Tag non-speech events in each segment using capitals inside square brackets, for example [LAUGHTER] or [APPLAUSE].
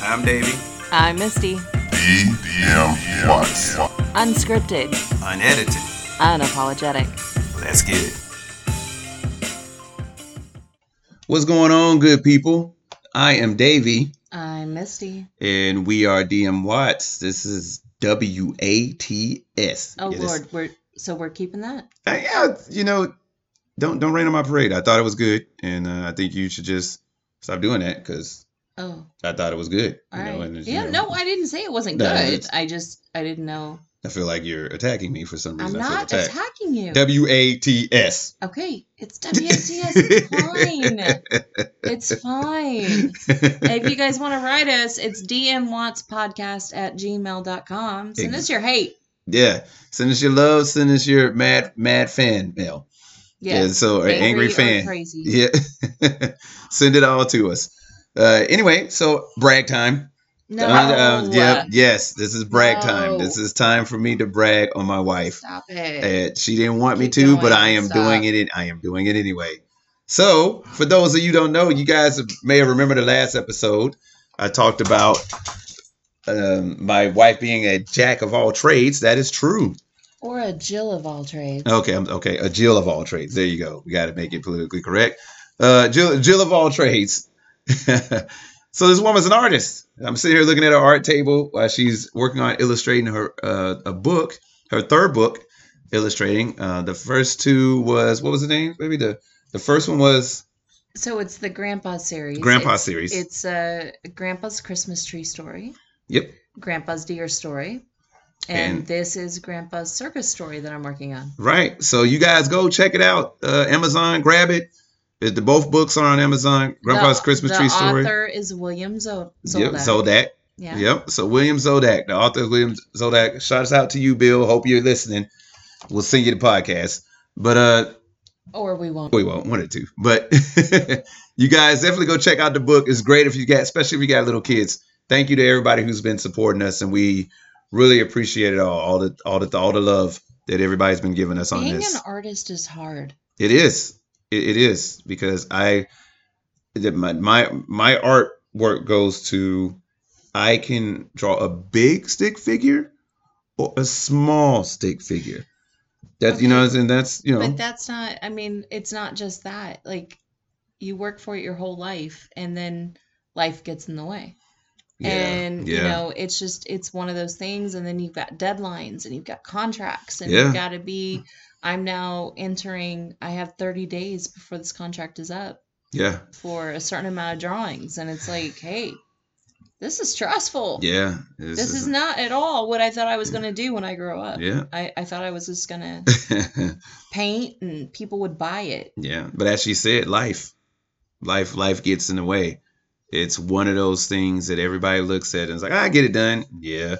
I'm Davey. I'm Misty. DM Watts. Unscripted. Unedited. Unapologetic. Let's get it. What's going on, good people? I am Davey, I'm Misty. and we are DM Watts. This is W A T S. Oh It is- Lord, we're so we're keeping that. I- yeah, you know, don't don't rain on my parade. I thought it was good, and uh, I think you should just stop doing that because Oh, I thought it was good. all you right. know, and, you yeah, know, no, I didn't say it wasn't No, good. it's- I just I didn't know. I feel like you're attacking me for some I'm reason. I feel not attacked. attacking you. W A T S. [LAUGHS] okay, it's WATS. It's fine. It's fine. If you guys want to write us, it's dmwattspodcast at gmail.com. Send us your hate. Yeah, send us your love. Send us your mad mad fan mail. Yeah, Yes. so or angry or fan. crazy. Yeah. [LAUGHS] Send it all to us. Uh, anyway, so brag time. No. Uh, uh, yep, yes, this is brag time. No. This is time for me to brag on my wife. Stop it. Uh, she didn't want me Keep to, but going. I am Stop. doing it. I am doing it anyway. So, for those of you who don't know, you guys may remember the last episode. I talked about um, my wife being a jack of all trades. That is true. Or a Jill of all trades. Okay, I'm okay. A Jill of all trades. There you go. We got to make it politically correct. Uh, Jill, Jill of all trades. [LAUGHS] so this woman's an artist. I'm sitting here looking at her art table while she's working on illustrating her uh, a book, her third book, illustrating. Uh, the first two was what was the name? Maybe the the first one was So it's the Grandpa series. Grandpa It's- series. It's uh, Grandpa's Christmas tree story, yep. Grandpa's deer story, and, And- this is Grandpa's circus story that I'm working on. Right. So you guys go check it out. Uh, Amazon, grab it. It- The both books are on Amazon. Grandpa's The- Christmas the Tree Story. author is William Zo- Yep, Zolak. Zodak. yeah. Yep. So William Zodak, the author of William Zodak, shouts out to you, Bill. Hope you're listening. We'll send you the podcast. But uh Or we won't. we won't one or two. But [LAUGHS] you guys definitely go check out the book. It's great if you got especially if you got little kids. Thank you to everybody who's been supporting us and we really appreciate it all. All the all the all the love that everybody's been giving us on Being this. an artist is hard. It is. It, it is because I that my my my artwork goes to I can draw a big stick figure or a small stick figure. That you know, and that's you know, But that's not, I mean, it's not just that. Like, you work for it your whole life, and then life gets in the way. yeah, and yeah, you know it's just it's one of those things and then you've got deadlines and you've got contracts and Yeah. you've got to be i'm now entering i have 30 days before this contract is up yeah, for a certain amount of drawings and it's like hey this is stressful yeah. this is not at all what i thought i was going to do when i grow up yeah, I, I thought i was [LAUGHS] just going to paint and people would buy it yeah. But as she said, life, life, life gets in the way. It's one of those things that everybody looks at and is like, I get it done. Yeah.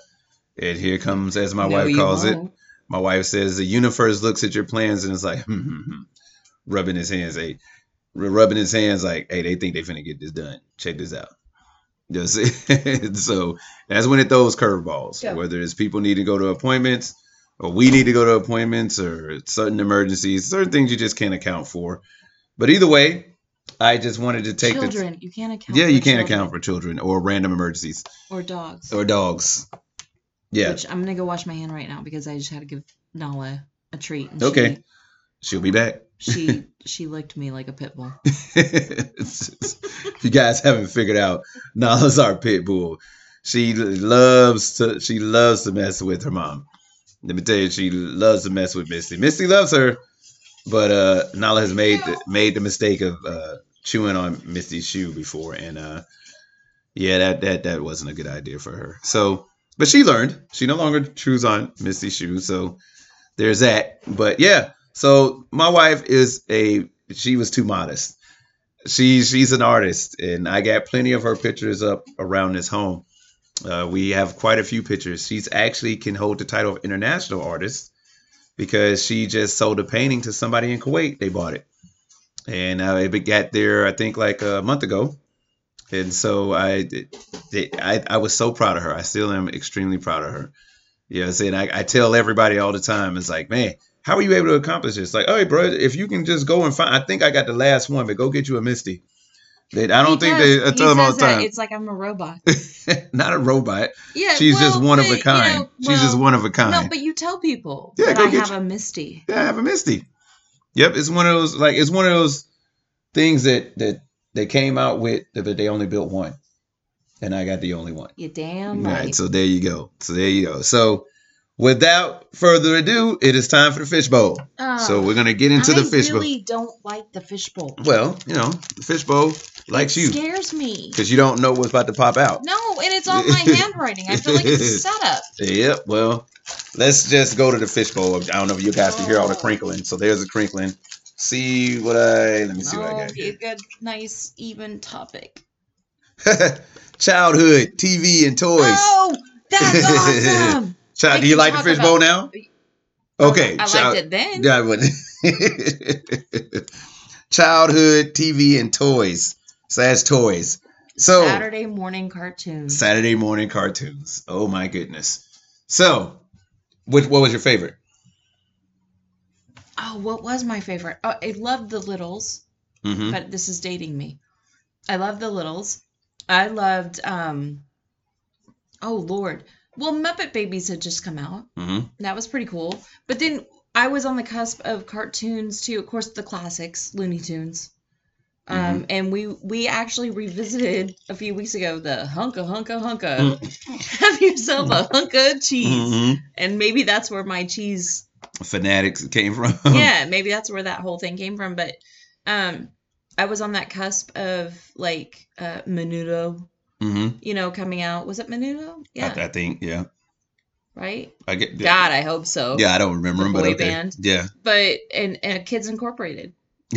And here comes, as my No, wife you calls it, won't. My wife says the universe looks at your plans and it's like, hmm, hmm, hmm. rubbing his hands, hey, r- rubbing his hands, like, hey, they think they finna get this done. Check this out. [LAUGHS] Just- so that's when it throws curveballs. Yeah. Whether it's people need to go to appointments, or we need to go to appointments, or certain emergencies, certain things you just can't account for. But either way, I just wanted to take children you can't account the yeah, for you can't children account for children or random emergencies or dogs or dogs. Yeah, Which I'm gonna go wash my hand right now because I just had to give Nala a treat. And Okay. she'll be back. [LAUGHS] She she, she licked me like a pit bull. It's just- if you guys haven't figured out, Nala's our pit bull. She loves to she loves to mess with her mom. Let me tell you, she loves to mess with Misty. Misty loves her, but uh, Nala has made the, made the mistake of uh, chewing on Misty's shoe before, and uh, yeah, that that that wasn't a good idea for her. So, but she learned. She no longer chews on Misty's shoe. So there's that. But yeah, so my wife is a she was too modest she she's an artist, and I got plenty of her pictures up around this home. Uh, we have quite a few pictures. She's actually can hold the title of international artist because she just sold a painting to somebody in Kuwait. They bought it, and uh, it got there I think like a month ago. And so I, did- did- I, I was so proud of her. I still am extremely proud of her. You know, what I'm saying I, I tell everybody all the time, it's like, man, how are you able to accomplish this? Like, all right, bro, if you can just go and find, I think I got the last one, but go get you a Misty. They, I don't He think does. they I He tell them all says the that. time. It's like I'm a [LAUGHS] robot. Not a robot. Yeah, She's well, just one of but, a you kind. know, She's just well, one of a kind. No, but you tell people Yeah, that go I get have a Misty. yeah, I have a Misty. Yep, it's one of those like it's one of those things that that they came out with, but they only built one, and I got the only one. You damn All right. right, so there you go. So there you go. So without further ado, it is time for the fishbowl. Uh, so we're gonna get into the I fishbowl. really don't like the fishbowl. Well, you know, the fishbowl likes it you scares me. because you don't know what's about to pop out. No, and [LAUGHS] it's all my handwriting. I feel like it's a setup. Yep. Well, let's just go to the fishbowl. I don't know if you guys can hear all the crinkling. So there's the crinkling. See what I? Let me see what I No, got. be a good, nice, even topic. here. [LAUGHS] Childhood, TV, and toys. Oh, [LAUGHS] that's awesome. Child, we do you can like the talk fishbowl now? Okay. I child- liked it then. Yeah, I would. [LAUGHS] Childhood, TV, and toys slash toys. So Saturday morning cartoons. Saturday morning cartoons. Oh my goodness. So, which what was your favorite? oh, what was my favorite? Oh, I loved the Littles, Mm-hmm. but this is dating me. I loved the Littles. I loved. um Oh Lord. Well, Muppet Babies had just come out. Mm-hmm. That was pretty cool. But then I was on the cusp of cartoons too. Of course, the classics, Looney Tunes. Um, Mm-hmm. and we we actually revisited a few weeks ago the hunka hunka hunka. Mm. [LAUGHS] Have yourself a hunka of cheese, mm-hmm. and maybe that's where my [LAUGHS] cheese. Fanatics came from. [LAUGHS] yeah, maybe that's where that whole thing came from. But um, I was on that cusp of like uh, Menudo, hmm you know, coming out. Was it Menudo? Yeah, I, I think. Yeah. right. I get. God, I hope so. Yeah, I don't remember The him, but boy okay. band. Yeah. But and, and Kids Incorporated.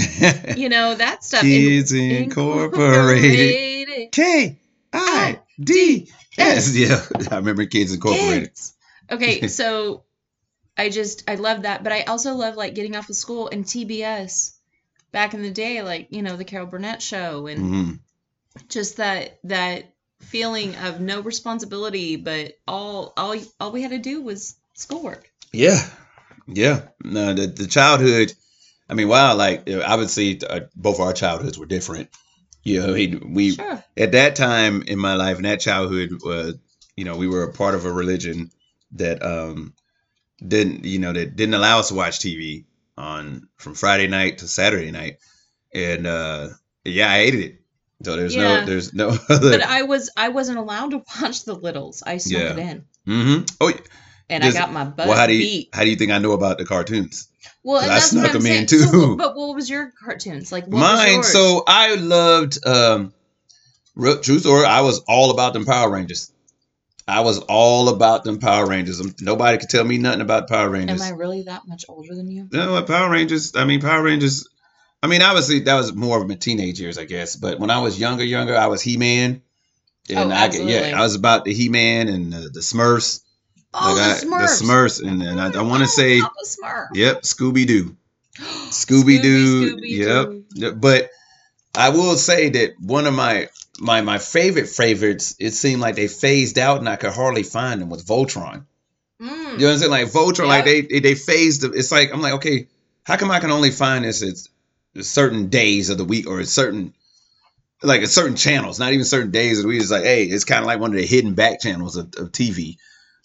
[LAUGHS] you know that stuff. Kids In- Incorporated. K I D S. Yeah, [LAUGHS] I remember Kids Incorporated. Kids. [LAUGHS] Okay, so I just I love that, but I also love like getting off of school and TBS back in the day, like you know the Carol Burnett show and hmm just that that feeling of no responsibility, but all all all we had to do was schoolwork. Yeah, yeah. No, the, the childhood. I mean, wow. Like uh, obviously, uh, both our childhoods were different. You know, he, we Sure. at that time in my life, in that childhood, uh, you know, we were a part of a religion that um didn't, you know, that didn't allow us to watch TV on from Friday night to Saturday night, and uh yeah, I hated it. So there's Yeah. no, there's no [LAUGHS] other. But I was I wasn't allowed to [LAUGHS] watch the Littles. I snuck Yeah. it in, mm-hmm. Oh, and Does- I got my butt well, how do you beat. how do you think I know about the cartoons? Well, and I that's what snuck 'em I'm in, saying. So too. what- but what was your cartoons like? What was Mine. yours? So I loved. um real, True story. I was all about them Power Rangers. I was all about them Power Rangers. Um, Nobody could tell me nothing about Power Rangers. am I really that much older than you? No, what Power Rangers. I mean, Power Rangers. I mean, obviously that was more of my teenage years, I guess. But when I was younger, younger, I was He Man, and Oh, I could- absolutely. yeah, I was about the He Man and uh, the Smurfs. Oh, Like, I- the Smurfs. the Smurfs, and, and I, I want Oh, to say, Papa Smurf. yep, Scooby Doo. [GASPS] Scooby, Scooby-Doo, Scooby-Doo. Yeah, But I will say that one of my my my favorite favorites, it seemed like they phased out, and I could hardly find them. Was Voltron? You Mm. know what I'm saying? Like Voltron, like Yeah. they they, they phased. the- It's like I'm like, okay, how come I can only find this at certain days of the week or at certain like at certain channels? Not even certain days of the week. It's like, hey, it's kind of like one of the hidden back channels of, of TV.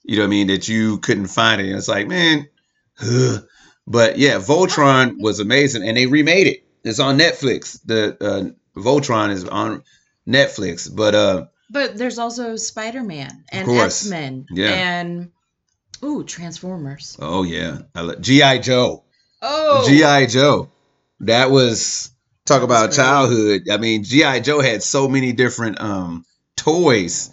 You know what I mean? That you couldn't find it. And it's like, man, ugh. but yeah, Voltron was amazing, and they remade it. It's on Netflix. The uh, Voltron is on Netflix, but uh, But there's also Spider-Man and course. X-Men Yeah. and ooh, Transformers. oh yeah, I lo- GI Joe. Oh, GI Joe. That was talk That was about great. childhood. I mean, GI Joe had so many different um toys.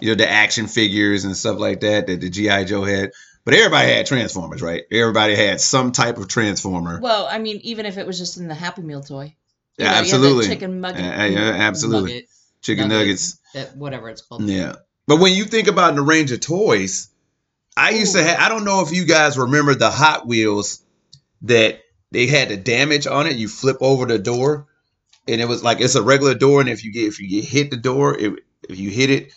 You know, the action figures and stuff like that that the GI Joe had. But everybody had Transformers, right? Everybody had some type of Transformer. Well, I mean, even if it was just in the Happy Meal toy. You yeah, know, you had the absolutely. Chicken, chicken mugget. Yeah, yeah, absolutely. Mugget, nuggets. that- whatever it's called. Yeah. But when you think about the range of toys, I used to Ooh. have I don't know if you guys remember the Hot Wheels that they had the damage on it. You flip over the door and it was like it's a regular door and if you get if you get hit the door, it, if you hit it,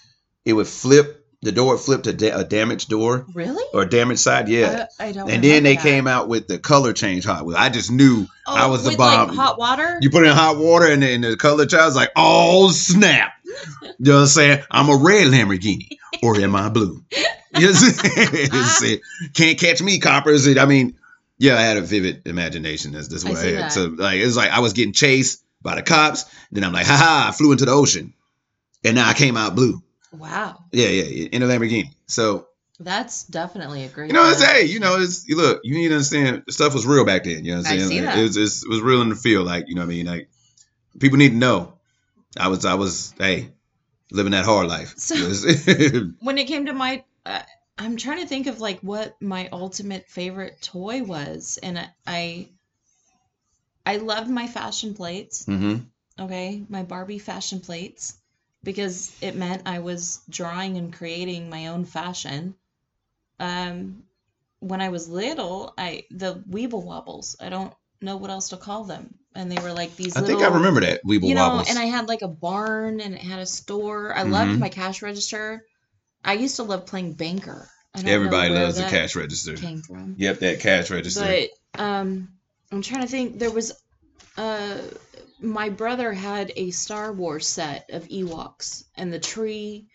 it would flip The door flipped a, da- a damaged door Really? or damaged side. Yeah. I, I don't. and then remember they that. came out with the color change Hot Wheels. I just knew Oh, I was the with, bomb. Like hot water. you put it in hot water and, the- and the color change. I was like, oh snap! you know what I'm saying? I'm a red Lamborghini, or am I blue? [LAUGHS] You know what I'm saying? [LAUGHS] It's- it- Can't catch me, coppers. It- I mean, yeah, I had a vivid imagination. That's, that's I what I, see had. that. So like, it was like I was getting chased by the cops. Then I'm like, ha ha! I flew into the ocean, and now I came out blue. wow, Yeah, yeah, yeah, in a Lamborghini. So that's definitely a great. you know, it's one. hey, you know, it's you look, you need to understand stuff was real back then. You know what I'm I saying? see Like, that. It was it's, it was real in the field, like you know what I mean. Like people need to know. I was I was hey living that hard life. [LAUGHS] So- Yes. When it came to my, uh, I'm trying to think of like what my ultimate favorite toy was, and I, I, I loved my fashion plates. [LAUGHS] Mhm. okay, my Barbie fashion plates because it meant I was drawing and creating my own fashion. Um, when I was little, I the Weeble Wobbles. I don't know what else to call them, and they were like these. I little, think I remember that Weeble You know, Wobbles. and I had like a barn and it had a store. I loved Mhm. my cash register. I used to love playing banker. I don't know Everybody where loves the that cash register. Came from. Yep, that cash register. But um, I'm trying to think. There was, uh, my brother had a Star Wars set of Ewoks and the tree,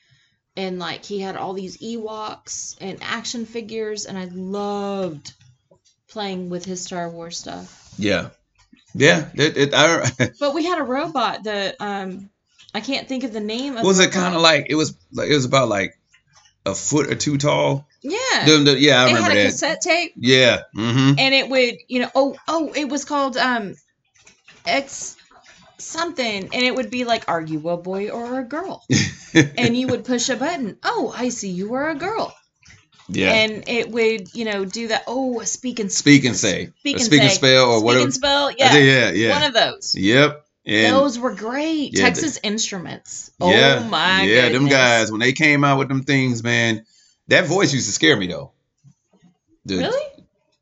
and like he had all these Ewoks and action figures, and I loved playing with his Star Wars stuff. yeah, yeah. It, it, [LAUGHS] I, But we had a robot that um, I can't think of the name of. was the it kind robot. of like it was like it was about like a foot or two tall. yeah? Them- the- Yeah, I it had remember a that. cassette tape. Yeah. Mm-hmm. and it would you know oh oh it was called um x something and it would be like are you a boy or [LAUGHS] a girl and you would push a button oh i see you are a girl Yeah. and it would you know do that oh a speak and speak and say, Speak or and speak and say. spell, or speak whatever. and spell I yeah, think- yeah, yeah. one of those Yep. And those were great Yeah, texas instruments oh yeah, my yeah, them goodness. guys when they came out with them things, man, that voice used to scare me though. The- really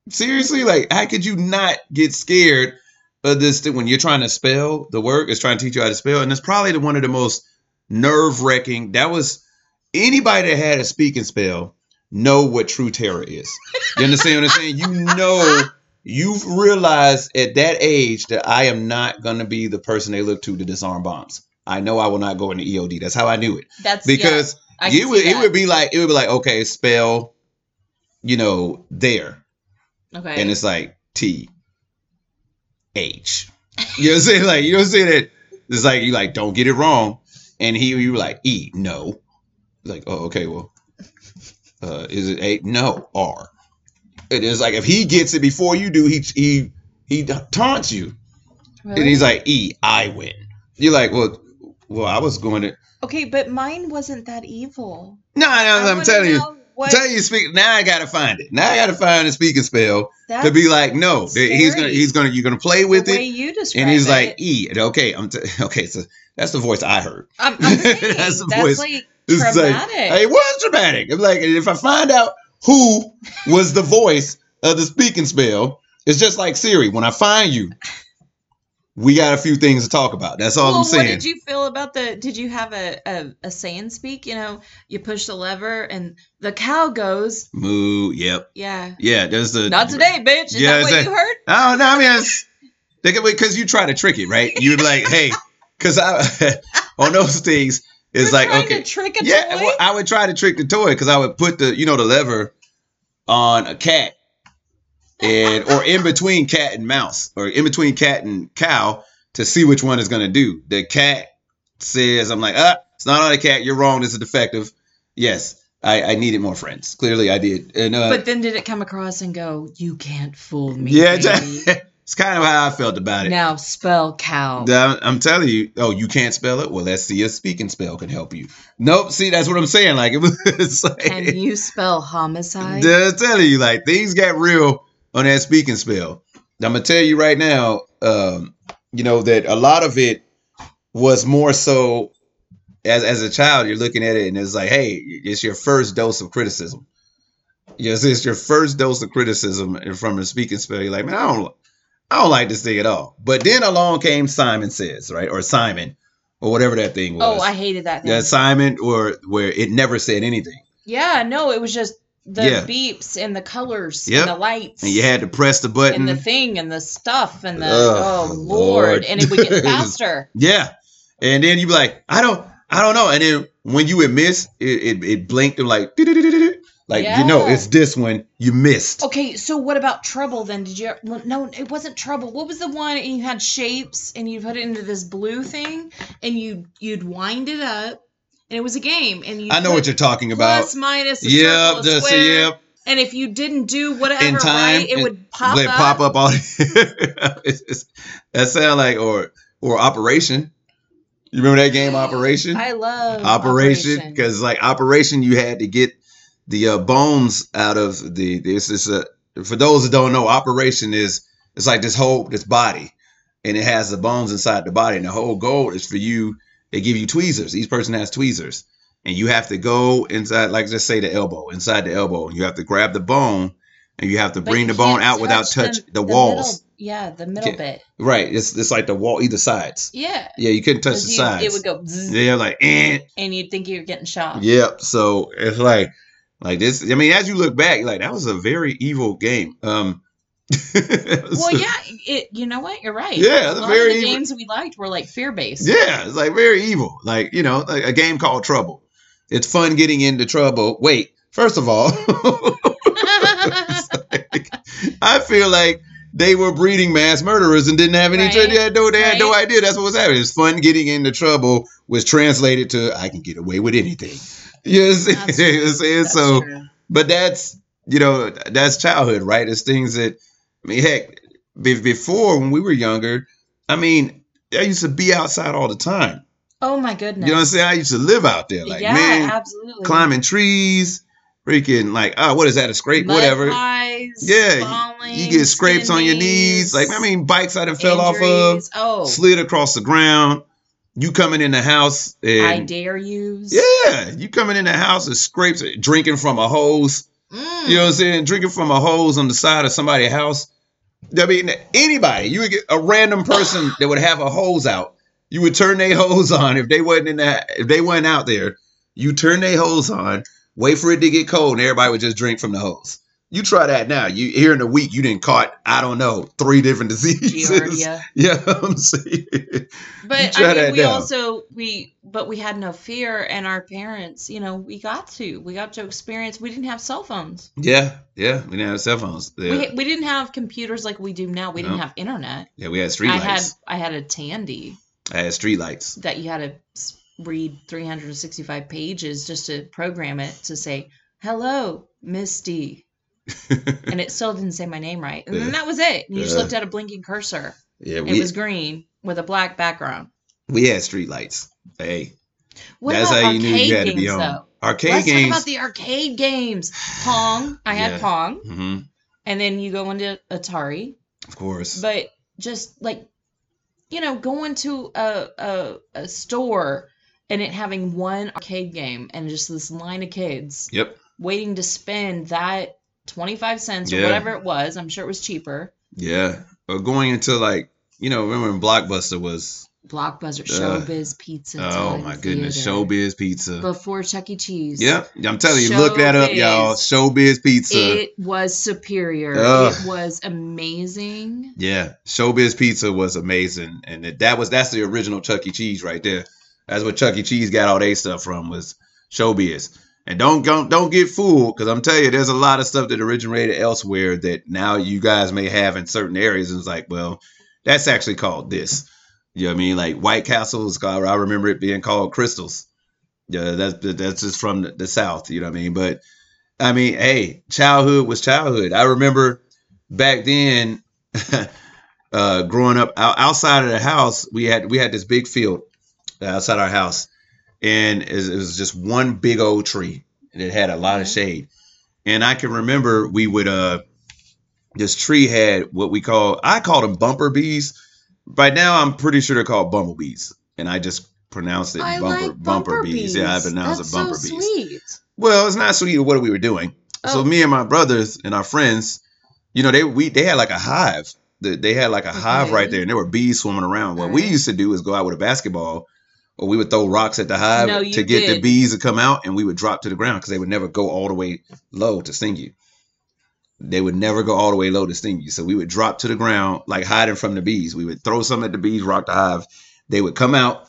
Seriously, like how could you not get scared of this thing when you're trying to spell the word? It's trying to teach you how to spell, and it's probably the, one of the most nerve wracking. That was anybody that had a speak and spell know what true terror is. You understand what I'm saying? You know. You've realized at that age that I am not gonna be the person they look to to disarm bombs. I know I will not go into EOD. That's how I knew it that's yeah, because I can it would see it that. would be like it would be like okay spell, you know there, okay and it's like T H. You know what I'm saying? Like you know what I'm saying? That it's like you like don't get it wrong, and he you were like E no, like oh okay well, uh, is it A no R? It is like if he gets it before you do, he he he taunts you, Really? and he's like E I win. You're like well, well I was going to. okay but mine wasn't that evil No, no, I I'm wanna telling you. know what Tell you speak now. I gotta find it. Now I gotta find a speaking spell that to be like, no, that he's gonna, scary. he's gonna, you're gonna play with the way it. you describe And he's it. like, e, and okay, I'm t- [LAUGHS] okay. So that's the voice I heard. [LAUGHS] I'm, I'm saying That's that's, the voice. like It's like, traumatic. It was dramatic. I'm like, and if I find out who was the voice of the speaking spell, it's just like Siri. When I find you, we got a few things to talk about. That's all well, I'm saying. what did you feel about the? Did you have a a, a say and speak? You know, you push the lever and the cow goes. Moo. Yep. Yeah, Yeah. There's the not today, bitch. Is Yeah, that what it's a- you heard? Oh no, I mean, it's, they could because you try to trick it, right? You'd be like, hey, because I [LAUGHS] on those things, it's You're like trying okay, to trick a yeah. toy. Well, I would try to trick the toy because I would put the you know the lever on a cat, and or in between cat and mouse, or in between cat and cow to see which one is gonna do. The cat says, I'm like, ah, it's not on a cat. You're wrong. This is defective. Yes. I, I needed more friends. Clearly, I did. And, uh, but then did it come across and go? You can't fool me. yeah, baby. [LAUGHS] it's kind of how I felt about it. now spell [LAUGHS] cow. Now, I'm telling you, oh, you can't spell it? Well, let's see if speaking spell can help you. Nope, see, that's what I'm saying. Like, [LAUGHS] it was it's like, Can you spell homicide? I'm telling you, like, things got real on that speaking spell. I'm going to tell you right now, um, you know, that a lot of it was more so as, as a child, you're looking at it and it's like, hey, it's your first dose of criticism. Yes, it's your first dose of criticism from a speaking spell. You're like, man, I don't, I don't like this thing at all. But then along came Simon Says, right, or Simon, or whatever that thing was. oh, I hated that. Thing. Yeah, Simon, or where it never said anything. Yeah, no, it was just the Yeah. beeps and the colors Yep. and the lights and you had to press the button. and the thing and the stuff and the Ugh, oh lord. Lord. and it [LAUGHS] would get faster. yeah, and then you be like, I don't, I don't know. And then when you would miss, it it, it blinked and like, "Doo-doo-doo-doo-doo." like you know, Yeah. it's this one you missed. Okay, so what about trouble then? Did you well, no? It wasn't trouble. What was the one? And you had shapes, and you put it into this blue thing, and you you'd wind it up, and it was a game. And you I know put what you're talking about. plus, minus, a Yep, circle, a just square, yep. And if you didn't do whatever In time, right, it, it- would pop Let up. pop up all. [LAUGHS] it's, it's, that sound like or or Operation. You remember that game Operation? I love operation because like operation you had to get the uh, bones out of the this is a for those that don't know operation is it's like this whole this body and it has the bones inside the body and the whole goal is for you they give you tweezers each person has tweezers and you have to go inside like just say the elbow inside the elbow and you have to grab the bone and you have to But bring you the bone can't out without touch the, middle- walls yeah, the middle Okay. bit. right it's it's like the wall either sides Yeah. yeah you couldn't touch the 'Cause you- sides It would go, zzz, yeah like eh, and you'd think you were getting shot. Yep. So it's like, like this. I mean, as you look back, you're like that was a very evil game. Um. [LAUGHS] Well, yeah, it. You know what? You're right. Yeah, a the lot very of the evil- games we liked were like fear based. [LAUGHS] Yeah, [LAUGHS] it's like very evil. Like you know, like a game called Trouble. It's fun getting into trouble. Wait, first of all, [LAUGHS] it's like, I feel like they were breeding mass murderers and didn't have any. Right, They had no, they had no right. idea. That's what was happening. It's fun getting into trouble was translated to I can get away with anything. [LAUGHS] Yes, That's true. it's, it's, [LAUGHS] so. but that's you know that's childhood right it's things that i mean heck be- before when we were younger i mean i used to be outside all the time Oh my goodness. you know what i'm saying i used to live out there like yeah, man absolutely. climbing trees freaking like oh what is that a scrape Mud whatever pies, Yeah, you- falling, you get scrapes on your knees like i skinnies, mean bikes i done fell injuries. Oh, off of slid across the ground you coming in the house and I dare use. yeah you coming in the house and scrapes drinking from a hose Mm. You know what I'm saying? Drinking from a hose on the side of somebody's house. I mean, anybody. You would get a random person that would have a hose out. You would turn their hose on if they wasn't in that. If they weren't out there, you turn their hose on. Wait for it to get cold, and everybody would just drink from the hose. You try that now. You here in a week, you didn't caught. I don't know three different [LAUGHS] diseases. Giardia. [LAUGHS] Yeah, I'm saying. But try I mean, that we now. also we but we had no fear, and our parents, you know, we got to we got to experience. We didn't have cell phones. Yeah, yeah. We didn't have cell phones. Yeah, We we didn't have computers like we do now. We didn't No. have internet. yeah we had street I had lights. I had a Tandy I had street lights. that you had to s- read 365 pages just to program it to say hello, Misty. and it still didn't say my name right. And Yeah. then that was it. You just Yeah. looked at a blinking cursor. Yeah, It we was green with a black background. we had street lights. Hey, What That's about how you knew arcade you had to be games, on. though? Arcade Let's games. talk about the arcade games. Pong. I had Yeah. Pong, hmm and then you go into Atari. Of course. But just like, you know, going to a a, a store and it having one arcade game and just this line of kids yep. waiting to spend that twenty five cents or Yeah. whatever it was. I'm sure it was cheaper. Yeah. But going into like you know remember when Blockbuster was Blockbuster, Uh, Showbiz Pizza. oh Time my goodness Theater, Showbiz Pizza. Before Chuck E. Cheese. Yep. I'm telling you, look that up, y'all. Showbiz Pizza. It was superior. Ugh. It was amazing. yeah, Showbiz Pizza was amazing, and it, that was that's the original Chuck E. Cheese right there. That's what Chuck E. Cheese got all their stuff from was Showbiz. And don't don't, don't get fooled because I'm telling you, there's a lot of stuff that originated elsewhere that now you guys may have in certain areas, and it's like, well, that's actually called this. You know what I mean? Like White Castle is called. I remember it being called Crystals. Yeah, that's that's just from the, the South. You know what I mean? But I mean, hey, childhood was childhood. I remember back then [LAUGHS] uh, growing up out, outside of the house, we had we had this big field uh, outside our house, and it, it was just one big old tree, and it had a lot of Mhm. shade. And I can remember we would uh, this tree had what we call I call them bumper bees. Right now, I'm pretty sure they're called bumblebees, and I just pronounced it I bumper like bumper bees. Yeah, I bees. pronounced That's it bumper so bees. Sweet. Well, it's not sweet what we were doing. Oh. So me and my brothers and our friends, you know, they we they had like a hive. They- They had like a hive Okay. right there, and there were bees swimming around. What we Alright. used to do is go out with a basketball or we would throw rocks at the hive No, you to get the did. bees to come out, and we would drop to the ground because they would never go all the way low to sting you. They would never go all the way low to sting you. So we would drop to the ground, like hiding from the bees. We would throw some at the bees, rock the hive. They would come out,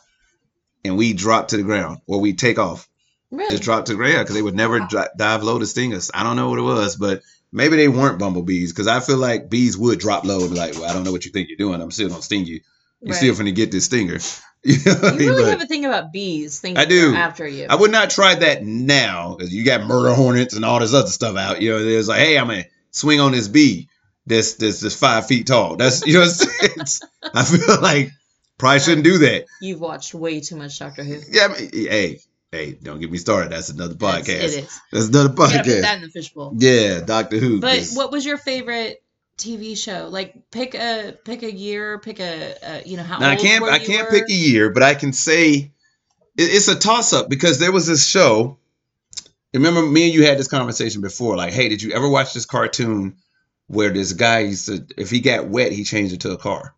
and we drop to the ground, or we take off, Really? just drop to the ground because they would never dri- dive low to sting us. I don't know what it was, but maybe they weren't bumblebees because I feel like bees would drop low and be like, "Well, I don't know what you think you're doing. I'm still gonna sting you. You're Right. still finna get this stinger." [LAUGHS] You know what I You mean? really But- have a thing about bees. Things I that are do. After you. I would not try that now because you got murder hornets and all this other stuff out. You know, there's like, hey, I'm gonna swing on this bee that's that's that's five feet tall. That's you know, what I'm [LAUGHS] saying? I feel like probably shouldn't do that. You've watched way too much Doctor Who. Yeah, I mean, hey, hey, don't get me started. That's another podcast. That's- It That's, is. another You gotta put podcast. that in the fishbowl. yeah, Doctor Who. But 'cause- what was your favorite TV show? Like pick a pick a year, pick a, uh you know how now I old can't were I you can't were? pick e a year, but I can say it- it's a toss up because there was this show. Remember, me and you had this conversation before. Like, hey, did you ever watch this cartoon where this guy used to, if he got wet, he changed it to a car?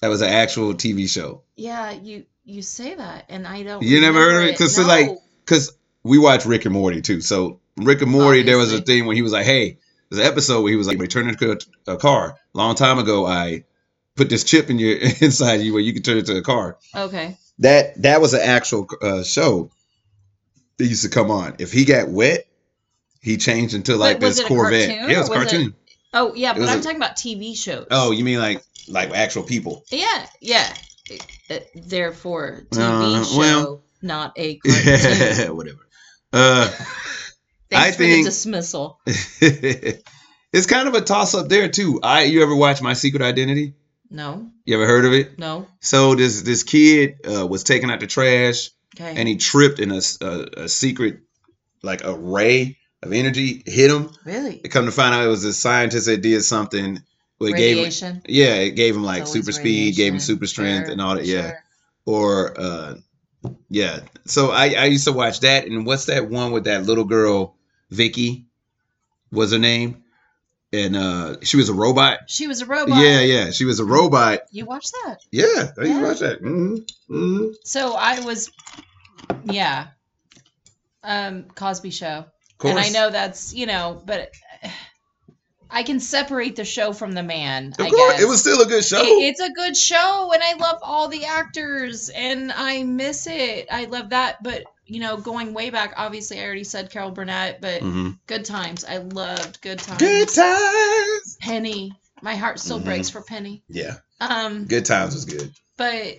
That was an actual TV show. Yeah, you you say that, and I don't. You never heard of remember it? 'Cause it's like- No. Because we watch Rick and Morty too. So Rick and Morty, there was a Obviously. thing when he was like, hey, there's an episode where he was like, return it to a car. Long time ago, I put this chip in your [LAUGHS] inside you where you can turn it to a car. okay, that that was an actual uh, show that used to come on. If he got wet, he changed into like was this it a Corvette. cartoon yeah, it was or was it- cartoon. oh yeah, but was I'm a- talking about TV shows. Oh, you mean like like actual people? yeah, yeah. Uh, Therefore, TV Uh, show, well- not [LAUGHS] a cartoon. Whatever. Uh, [LAUGHS] Thanks I for think- the dismissal. it's kind of a toss up there too. I you ever watch My Secret Identity? No, You ever heard of it? no. So this this kid uh, was taking out the trash. Okay. and he tripped and a, s- a- a secret like a ray of energy hit him really? come to find out it was a scientist that did something well, it gave him, Radiation. yeah it gave him like It's super always speed gave him radiation. super strength Sure, and all that yeah sure. or uh yeah so i i used to watch that and what's that one with that little girl vicky was her name and uh she was a robot She was a robot. yeah yeah she was a robot You watched that. yeah i used Yeah. to watch that hmm hmm So I was, yeah. Um, Cosby Show. And I know that's you know, but I can separate the show from the man. of I course guess. it was still a good show It- it's a good show, and I love all the actors, and I miss it. I love that, but you know, going way back, obviously, I already said Carol Burnett, but Mhm. Good Times, I loved Good Times. Good times. Penny, my heart still Mhm. breaks for Penny. Yeah, Um, good times was good. but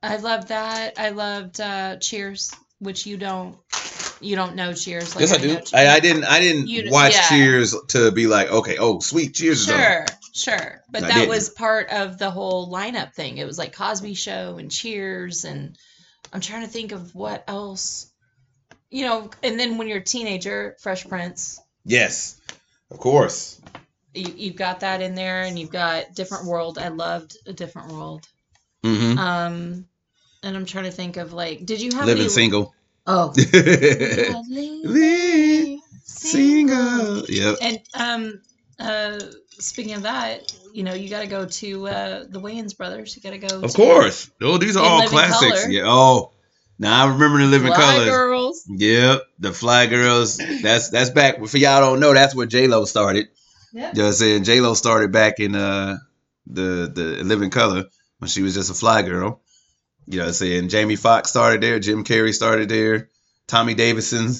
I loved that. I loved uh, Cheers, which you don't, you don't know Cheers. yes, I do. know I, I didn't. I didn't You- watch yeah. Cheers to be like, okay, oh, sweet, Cheers is on. Sure, sure. But I that didn't. was part of the whole lineup thing. It was like Cosby Show and Cheers and I'm trying to think of what else. You know, and then when you're a teenager, Fresh Prince, Yes, of course. you, you've got that in there and you've got Different World. I loved A Different World. Mm-hmm. Um and I'm trying to think of like did you have Living any single. [LAUGHS] Oh. Living Living single. Yep. And um, uh, speaking of that, you know, you got to go to uh, the Wayans brothers. You got to go. Of to course. Oh, these are In all Living classics. Color. Yeah. Oh, now I remember the Living Fly Colors. Girls. Yep, the Fly Girls. That's that's back. For y'all don't know, that's where J Lo started. Yeah. You know what I'm saying? J Lo started back in uh the the Living Color when she was just a fly girl. You know what I'm saying? Jamie Foxx started there, Jim Carrey started there, Tommy Davidson,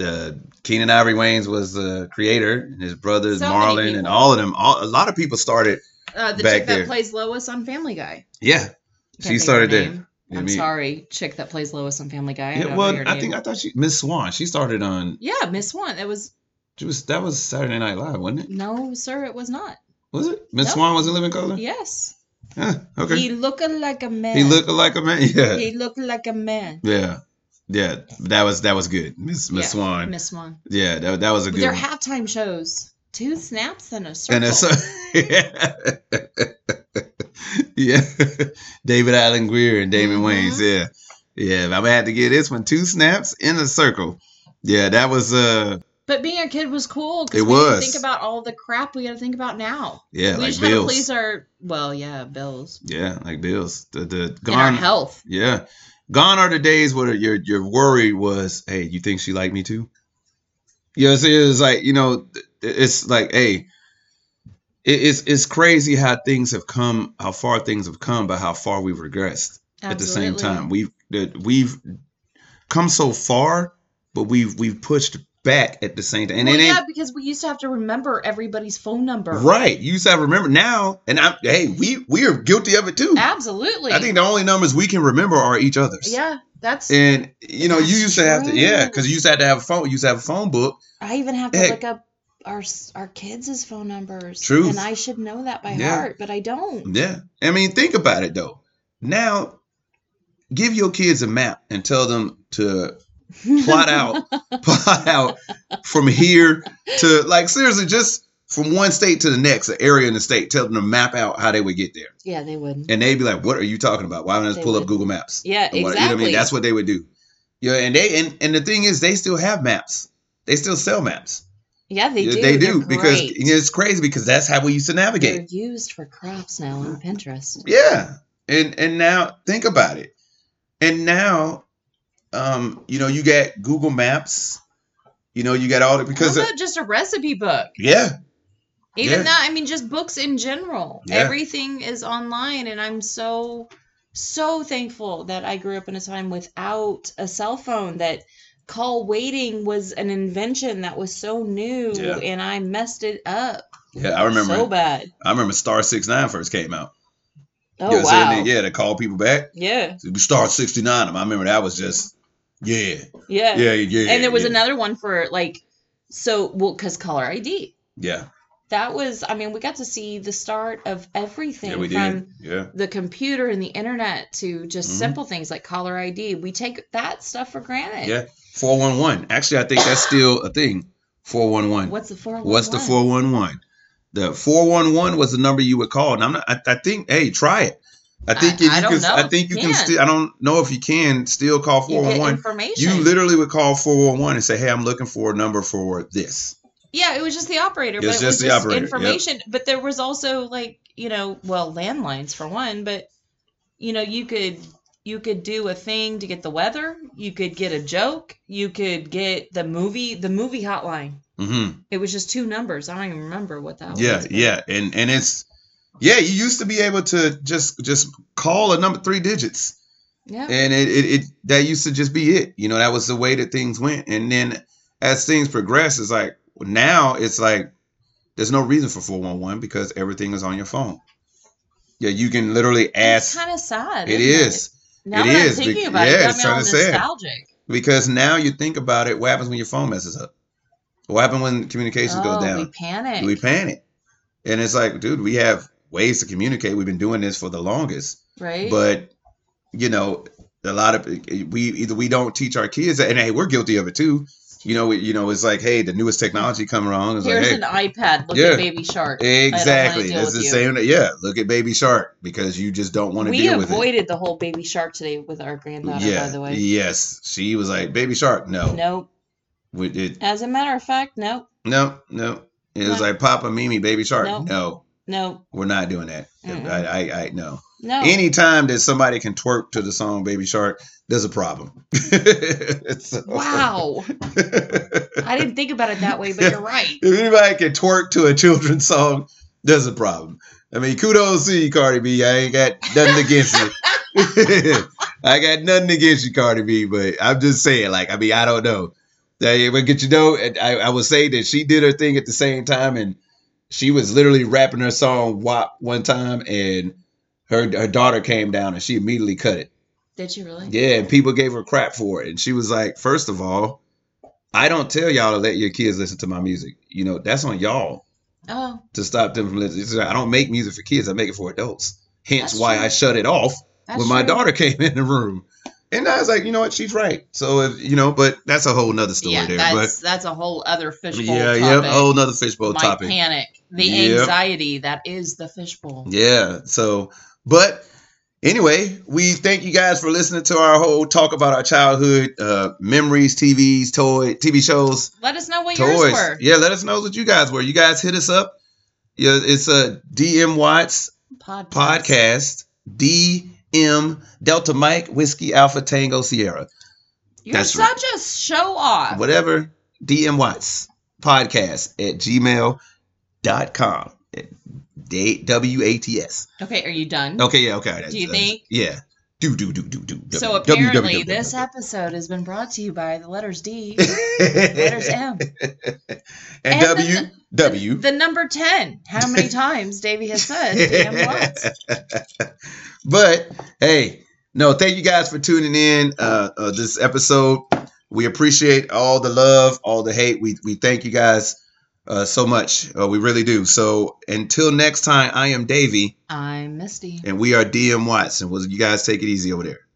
uh, Keenan Ivory Wayans was the creator, and his brothers So many Marlon and people. all of them. All, a lot of people started. Uh, the Back chick that there. plays Lois on Family Guy. Yeah, Can't she think of started her there. name. You know what I I'm mean? sorry, chick that plays Lois on Family Guy. I Yeah, don't know well, your I name. think I thought she Miss Swan. She started on. Yeah, Miss Swan. It was She was that was Saturday Night Live, wasn't it? no, sir. It was not. Was it Miss No. Swan was in Living Color? Yes. Huh, okay. He looked like a man. He looked like a man. [LAUGHS] Yeah. He looked like a man. yeah. Yeah. That was that was good. Miss Miss Yeah, Swan. Miss Swan. Yeah, that, that was a But good their one. halftime shows. Two snaps and a and circle. that's [LAUGHS] yeah. [LAUGHS] yeah. David Allen Greer and Damon Mhm. Wayans, yeah. Yeah, I'm gonna have to get this one. Two snaps in a circle. Yeah, that was uh But being a kid was cool because It we didn't was. think about all the crap we got to think about now. Yeah, we like just had to bills. please our well, yeah, bills Yeah, like bills. The the and our gone. health. Yeah, gone are the days where your your worry was, hey, you think she liked me too? You know, it's, it's like you know, th- it's like hey, it, it's it's crazy how things have come, how far things have come, but how far we've regressed at the same Absolutely. time. We've that we've come so far, but we've we've pushed back at the same time, and well, it ain't yeah, because we used to have to remember everybody's phone number. right. You just have to remember now, and I'm hey, we we are guilty of it too. Absolutely. I think the only numbers we can remember are each other's. yeah, that's. And you know, you That's used to have to, yeah, true. because you used to have to have a phone. You used to have a phone book. I even have to Heck. look up our s- our kids' phone numbers. Truth. And I should know that by Yeah. heart, but I don't. Yeah, I mean, think about it though. Now, give your kids a map and tell them to [LAUGHS] plot out, plot out from here to like seriously, just from one state to the next, an area in the state. Tell them to map out how they would get there, yeah, they wouldn't. and they'd be like, "What are you talking about? Why don't I just They pull up would. Google Maps?" Yeah, or exactly. what- You know what I mean? That's what they would do. Yeah, and they and, and the thing is, they still have maps. They still sell maps. yeah, they Yeah, do. They They're do because great. Mm. you know, it's crazy because that's how we used to they're navigate. used for crops now on Pinterest. Yeah, and and now think about it. And now, um, you know, you got Google Maps. You know, you got all the because How uh, about just a recipe book? yeah, Even Yeah. that, I mean, just books in general. Yeah. Everything is online, and I'm so, so thankful that I grew up in a time without a cell phone. That call waiting was an invention that was so new, Yeah. and I messed it up yeah. I remember. so bad. I remember Star Six Nine first came out. Oh you know what I'm wow! saying? Yeah, to call people back. Yeah. Star sixty nine. I remember that was just yeah, yeah, yeah, yeah. yeah And there was yeah, another one for like, so well, because caller ID. Yeah, That was, I mean, we got to see the start of everything yeah, we from did. Yeah, the computer and the internet to just Mhm. simple things like caller ID. We take that stuff for granted. yeah. Four one one. Actually, I think that's still a thing. Four one one. What's the 411? What's the 411? The 411 was the number you would call. And I'm not, I, I think, hey, try it. I think I- if I you don't can, know I if think you you can can. still, I don't know if you can still call You get 411. information. You, literally would call 411 and say, hey, I'm looking for a number for this. yeah, it was just the operator. It but was it was just the just operator, yep. Information, but there was also like you know, well, landlines for one, but you know, you could you could do a thing to get the weather. You could get a joke. You could get the movie the movie hotline. hmm It was just two numbers. I don't even remember what that yeah, was. but- yeah. And, and it's, yeah, you used to be able to just, just call a number three digits. yeah. and it, it, it that used to just be it you know that was the way that things went and then as things progress it's like now it's like there's no reason for 411 because everything is on your phone yeah you can literally It's ask kind of sad. it isn't is Now It that is, I'm thinking bec- about yeah, it, it's it's kind kinda of sad. nostalgic. because now you think about it what happens when your phone messes up what happens when communications oh, goes We down panic. we panic and it's like dude we have ways to communicate we've been doing this for the longest right? but you know a lot of we either we don't teach our kids that, and hey we're guilty of it too you know you know it's like hey the newest technology come along it's Here's like an iPad. Look Yeah. at Baby Shark. hey exactly deal that's the with you. same yeah look at baby shark because you just don't want to We deal with it avoided the whole Baby Shark today with our granddaughter, yeah by the way. yes she was like baby shark no no Nope. we did As a matter of fact, nope. no no it was No. like papa mimi baby shark No. no Nope. we're not doing that Mm-mm. I, I i no No. Anytime that somebody can twerk to the song Baby Shark, there's a problem. [LAUGHS] So- wow. I didn't think about it that way, [LAUGHS] but you're right. if anybody can twerk to a children's song, there's a problem. I mean, kudos to you, Cardi B. I ain't got nothing against you. [LAUGHS] I got nothing against you, Cardi B, but I'm just saying, like, I mean, I don't know. That but get you know, and I, I would say that she did her thing at the same time, and she was literally rapping her song WAP one time, and her her daughter came down and she immediately cut it. Did you really? Yeah, and people gave her crap for it. And she was like, first of all, I don't tell y'all to let your kids listen to my music. You know, that's on y'all Oh, to stop them from listening. She's like, I don't make music for kids, I make it for adults. Hence That's why true. I shut it off that's when my true. daughter [LAUGHS] came in the room. And I was like, you know what, she's right. So if you know, but that's a whole nother story Yeah, there. that's that's a whole other but fishbowl yeah, topic. yeah, whole nother fishbowl my topic. panic, the Yep. anxiety that is the fishbowl. Yeah. So, but Anyway, we thank you guys for listening to our whole talk about our childhood uh, memories, TVs, toy TV shows, Let us know what yours toys. were. Yeah, let us know what you guys were. You guys hit us up. Yeah, it's a DM Watts Podcast. podcast. DM Delta Mike Whiskey Alpha Tango Sierra. You're That's such a show off. Whatever. DM Watts podcast at gmail.com. At D- W A T S. Okay, are you done? Okay, yeah, okay. that's- Mm-hmm. Do you that's- think? Yeah. Do do do do do. So apparently, this episode has been brought to you by the letters D, [LAUGHS] letters and, M, [LAUGHS] and and W the- W. the number ten. How [LAUGHS] many times Davey has said DM Watts? [LAUGHS] but hey, no, thank you guys for tuning in uh, uh, this episode. We appreciate all the love, all the hate. We we thank you guys uh, so much. Uh, we really do. So until next time, I am Davey, I'm Misty. and we are DM Watson. Well, you guys take it easy over there.